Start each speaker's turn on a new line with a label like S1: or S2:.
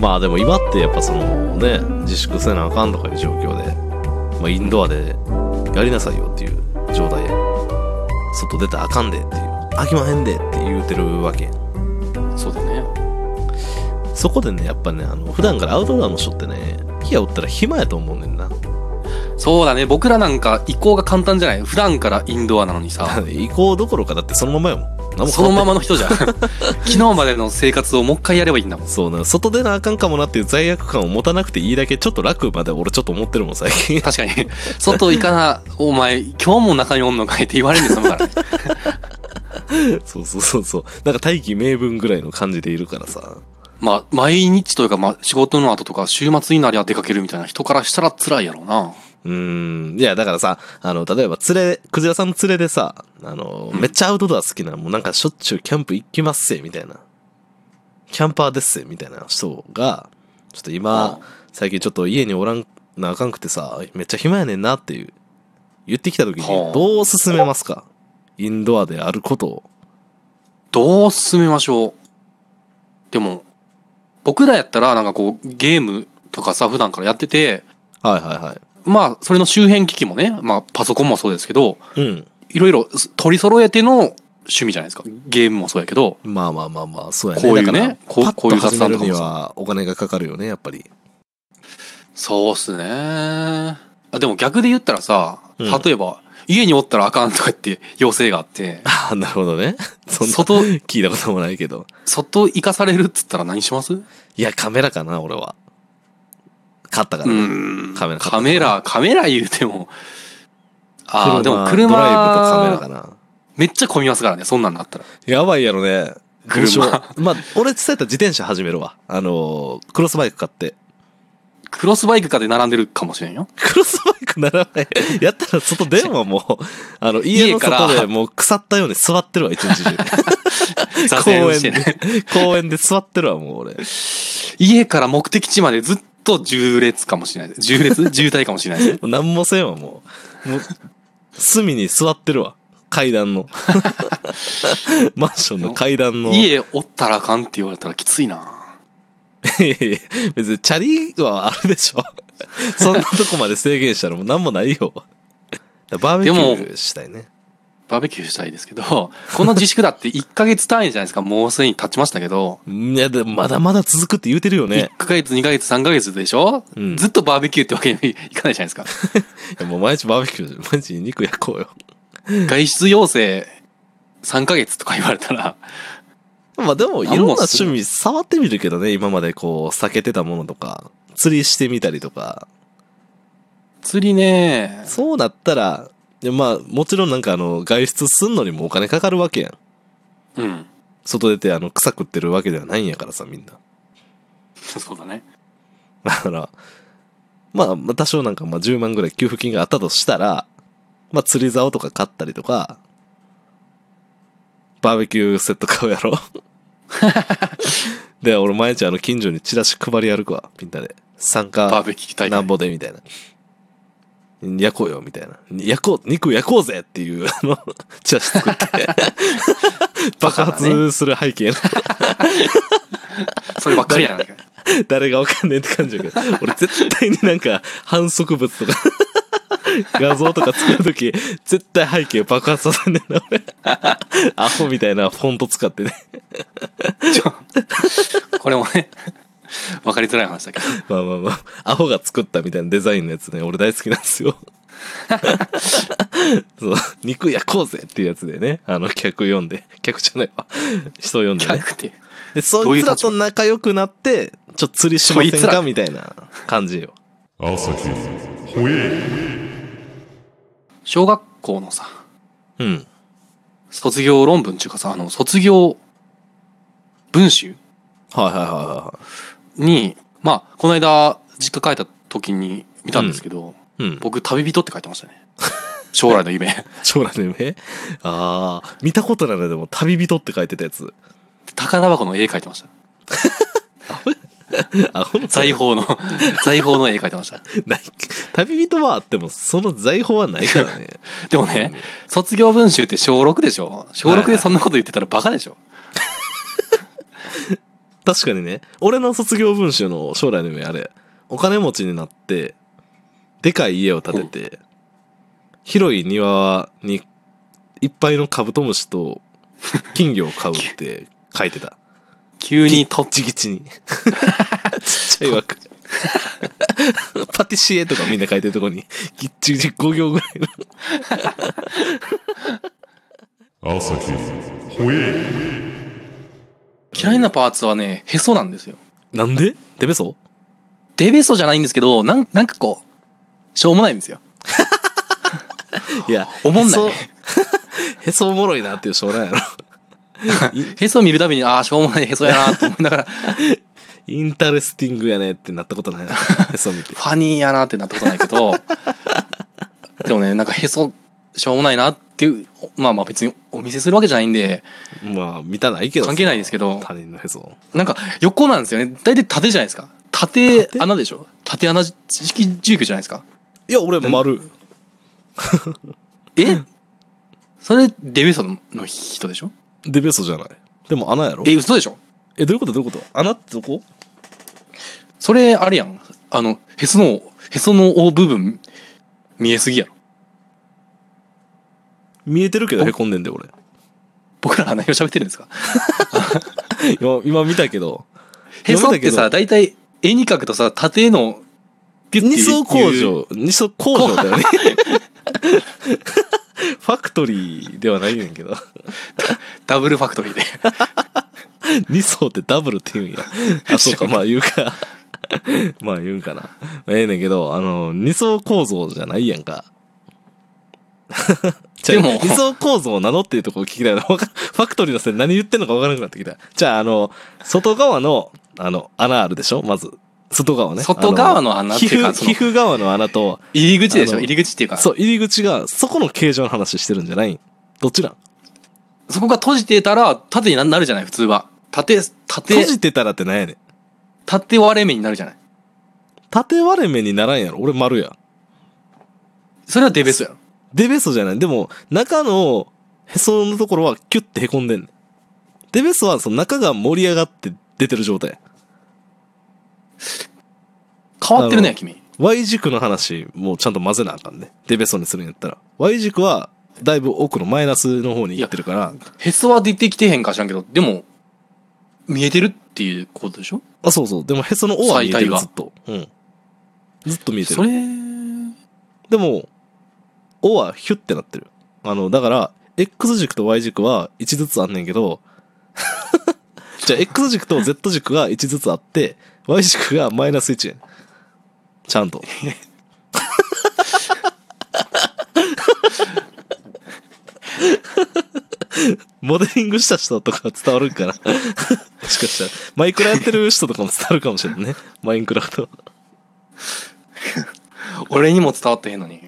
S1: まあでも今ってやっぱそのね、自粛せなあかんとかいう状況で、まあインドアでやりなさいよっていう状態や外出たらあかんでっていう、あきまへんでって言うてるわけやん
S2: そうだね
S1: そこでね、やっぱね、あの、普段からアウトドアの人ってね、火やおったら暇やと思うねんな。
S2: そうだね僕らなんか移行が簡単じゃない普段からインドアなのにさ
S1: 移 行どころかだってそのままやもん。何も変わってない
S2: そのままの 人じゃん昨日までの生活をもう一回やればいいんだもん
S1: そうな、外出なあかんかもなっていう罪悪感を持たなくていいだけ、ちょっと楽まで俺ちょっと思ってるもん、最近。
S2: 確かに外行かなお前今日も中におんのかいって言われるんですもんだから
S1: そうそうそうそう。なんか大義名分ぐらいの感じでいるからさ。
S2: まあ、毎日というか、まあ、仕事の後とか、週末になりゃ出かけるみたいな人からしたら辛いやろうな。
S1: うーん。いや、だからさ、あの、例えば連れ、クジラさんの連れでさ、あの、めっちゃアウトドア好きな、もうなんかしょっちゅうキャンプ行きますせ、みたいな。キャンパーですせ、みたいな人が、ちょっと今、最近ちょっと家におらんなあかんくてさ、めっちゃ暇やねんなっていう、言ってきた時に、
S2: はあ
S1: どう進めますかインドアであることを。
S2: どう進めましょう。でも、僕らやったら、なんかこう、ゲームとかさ、普段からやってて、
S1: はいはいはい。
S2: まあ、それの周辺機器もね、まあ、パソコンもそうですけど、
S1: うん。
S2: いろいろ取り揃えての趣味じゃないですか。ゲームもそうやけど、
S1: まあまあまあまあ、そうやね。
S2: こういう
S1: だ
S2: ね
S1: から
S2: こう
S1: パッと
S2: こういう雑
S1: 始め
S2: 談
S1: る
S2: とかも
S1: にはお金がかかるよね、やっぱり。
S2: そうっすね。あ、でも逆で言ったらさ、
S1: うん
S2: 例えば、家におったらあかんとかって 要請があって、
S1: ああ、なるほどね。そんな、
S2: 外、
S1: 聞いたこともないけど。
S2: 外行かされるっつったら何します
S1: いや、カメラかな、俺は。買ったからね。
S2: うん
S1: カメラ
S2: カメラ、カメラ言うても。あ
S1: 車
S2: あ、でも
S1: ドライブとカ
S2: 車、
S1: メラかな。
S2: めっちゃ混みますからね、そんなんなったら。
S1: やばいやろね。
S2: 車
S1: どうしようまあ、俺伝えたら自転車始めるわ。あのークロスバイク買って。
S2: クロスバイクかで並んでるかもしれんよ。
S1: クロスバイクならない。 やったら外出んわ、もう。あの、家の
S2: 家から
S1: 外でもう腐ったように座ってるわ、一日中。
S2: 座
S1: 公
S2: 禅
S1: 園
S2: してね。
S1: で。公園で座ってるわ、もう俺。
S2: 家から目的地までずっと重列かもしれない。重列 渋滞かもしれないね。
S1: なんもせんわ、もう。もう、隅に座ってるわ。階段 の。マンションの階段の。い
S2: 家おったらあかんって言われたらきついな。
S1: やいやいや別にチャリはあるでし ょ。そんなとこまで制限したらもうなんもないよ。バーベキューしたいね。
S2: バーベキューしたいですけど、 この自粛だって1ヶ月単位じゃないですか。もうすでに経ちましたけど、
S1: いや、でもまだまだ続くって言うてるよね。
S2: 1ヶ月、2ヶ月、3ヶ月でしょ、
S1: うん
S2: ずっとバーベキューってわけにはいかないじゃない ですか。
S1: いやもう毎日バーベキュー、毎日肉焼こうよ。
S2: 外出要請3ヶ月とか言われたら、
S1: まあでも、いろんな
S2: 何も
S1: 趣
S2: する
S1: 味触ってみるけどね、今までこう、避けてたものとか、釣りしてみたりとか、
S2: 釣りね、
S1: そうなったら、でまあ、もちろんなんかあの、外出すんのにもお金かかるわけやん。
S2: うん。
S1: 外出てあの、草食ってるわけではないんやからさ、みんな。
S2: そうだね。
S1: だから、まあ、まあ多少なんかまあ10万ぐらい給付金があったとしたら、まあ釣り竿とか買ったりとか、バーベキューセット買うや ろ。で、俺毎日あの近所にチラシ配り歩くわ、みんなで。参
S2: バ
S1: 加
S2: ーベキュー大
S1: なん
S2: 会。
S1: ぼで、みたいな。焼こうよ、みたいな。焼こう、肉焼こうぜっていう、あの、チラシ作って。 爆発する背景の
S2: そればっかりやないか。
S1: 誰がわかんねえって感じだけど、俺絶対になんか反則物とか 画像とか作るとき、絶対背景爆発させんねんな、俺。 アホみたいなフォント使ってね。
S2: ちょ これもね、わかりづらい話だけど。
S1: まあまあまあ、アホが作ったみたいなデザインのやつね、俺大好きなんですよ。 そう、肉焼こうぜっていうやつでね、あの客読んで、客じゃないわ、人読んでね。
S2: 逆って。
S1: で、そいつらと仲良くなって、ちょっと釣りしませんかみたいな感じよ。
S3: 朝日ほえ
S2: 小学校のさ、
S1: うん。
S2: 卒業論文っていうかさ、あの、卒業文集
S1: はいはいはいは
S2: に、まあ、この間、実家帰った時に見たんですけど、
S1: いはい。うん。
S2: 僕、旅人って書いてましたね。将来の 夢。
S1: 将来の夢 ああ、見たことないな、でも、旅人って書いてたやつ。
S2: 宝箱の絵描いてました。
S1: あ、ほんと
S2: 財 宝の、財宝の絵描いてました。
S1: ない。旅人はあっても、その財宝はないから ね。
S2: でもね、卒業文集って小6でしょ小6でそんなこと言ってたらバカでしょ
S1: 確かにね、俺の卒業文集の将来の夢あれ、お金持ちになって、でかい家を建てて、広い庭にいっぱいのカブトムシと金魚を飼うって書いてた。
S2: 急に
S1: とっちぎちに。ちっちゃい枠。パティシエとかみんな書いてるとこに、ぎっちぎち5行ぐらいの。
S3: 朝日ほえ
S2: 嫌いなパーツはね、へそなんですよ。
S1: なんでデベソ
S2: デベソじゃないんですけど、なんなんかこう、しょうもないんですよ。
S1: いや、
S2: おもんない
S1: へそ。へ そおもろいなっていう将来やろ。
S2: へそを見るたびに、ああ、しょうもないへそやなと思いながら、フ
S1: インタレスティングやねってなったことないな。へそ見て。
S2: ァニーやなってなったことないけ ど、でもね、なんかへそ、しょうもないなっていう、まあまあ別にお見せするわけじゃないんで、
S1: まあ、見たないけど。
S2: 関係ないですけど
S1: 他人のへそ。
S2: なんか横なんですよね。大体縦じゃないですか。縦
S1: 縦
S2: 穴でしょ縦穴式住居じゃないですか。
S1: いや、俺、丸。
S2: えそれ、デベソの人でしょ
S1: デベソじゃない。でも穴やろ
S2: え、嘘でしょ
S1: え、どういうことどういうこと穴ってどこ
S2: それ、あれやん。あの、へその、へその尾部分、見えすぎやろ。
S1: 見えてるけどへこんでんで、俺。
S2: 僕らは何を喋ってるんですか
S1: 今、今見たけど。
S2: へそっ
S1: 読めたけ
S2: て
S1: ど
S2: さ、大体、絵に描くとさ、縦の、ピュッて
S1: 二層工
S2: いう。
S1: 場、二層工場だよね。 ファクトリーではないねんけど。
S2: ダブルファクトリーで。
S1: 二層ってダブルって言うんや。あ、そうか、まあ言うか。まあ言うんかな。ええねんけど、あの、二層構造じゃないやん か。じゃあ
S2: でも
S1: 二層構造なのっていうところ聞きたいな。わかファクトリーのせいで何言ってんのかわからなくなってきた。じゃあ、あの、外側の、あの、穴あるでしょまず。外側ね。
S2: 外側の穴っていう
S1: あ
S2: か
S1: の皮
S2: その
S1: 膚、皮膚側の穴と、
S2: 入り口でし
S1: あ
S2: ょ
S1: の
S2: 入り口っていうか。そ
S1: そう、入り口が、そこの形状の話してるんじゃないんどっちなん
S2: こが閉じてたら、縦にななるじゃない普通は。縦、
S1: 閉
S2: 縦、
S1: じてたらってなんやねん。
S2: 縦割れ目になるじゃない
S1: 縦割れ目にならんやろ俺丸やん。
S2: それはデベソやろ。
S1: デベソじゃない。でも、中のへそのところはキュッてへこんでんねん。デベソはその中が盛り上がって出てる状態。
S2: 変わってる
S1: あ
S2: ね、
S1: の
S2: 君。
S1: Y 軸の話もちゃんと混ぜなあかんね。デベソにするんやったら。Y 軸はだいぶ奥のマイナスの方に行ってるから。
S2: へそは出てきてへんか知らんけど、でも、見えてるっていうことでしょ
S1: あ、そうそう。でもへその尾は見えて
S2: 最大
S1: る、
S2: が
S1: ずっと。うん。ずっと見えて
S2: そ
S1: る。
S2: れ、
S1: でも、尾はヒュッてなってる。あの、だから、X 軸と Y 軸は1ずつあんねんけど、 じゃあ X 軸と Z 軸が1ずつあって、Y 軸がマイナス1やねんちゃんと。 モデリングした人とか伝わるんかなもしかしたら。マイクラやってる人とかも伝わるかもしれんね。マインクラフト。
S2: 俺にも伝わってへんのに。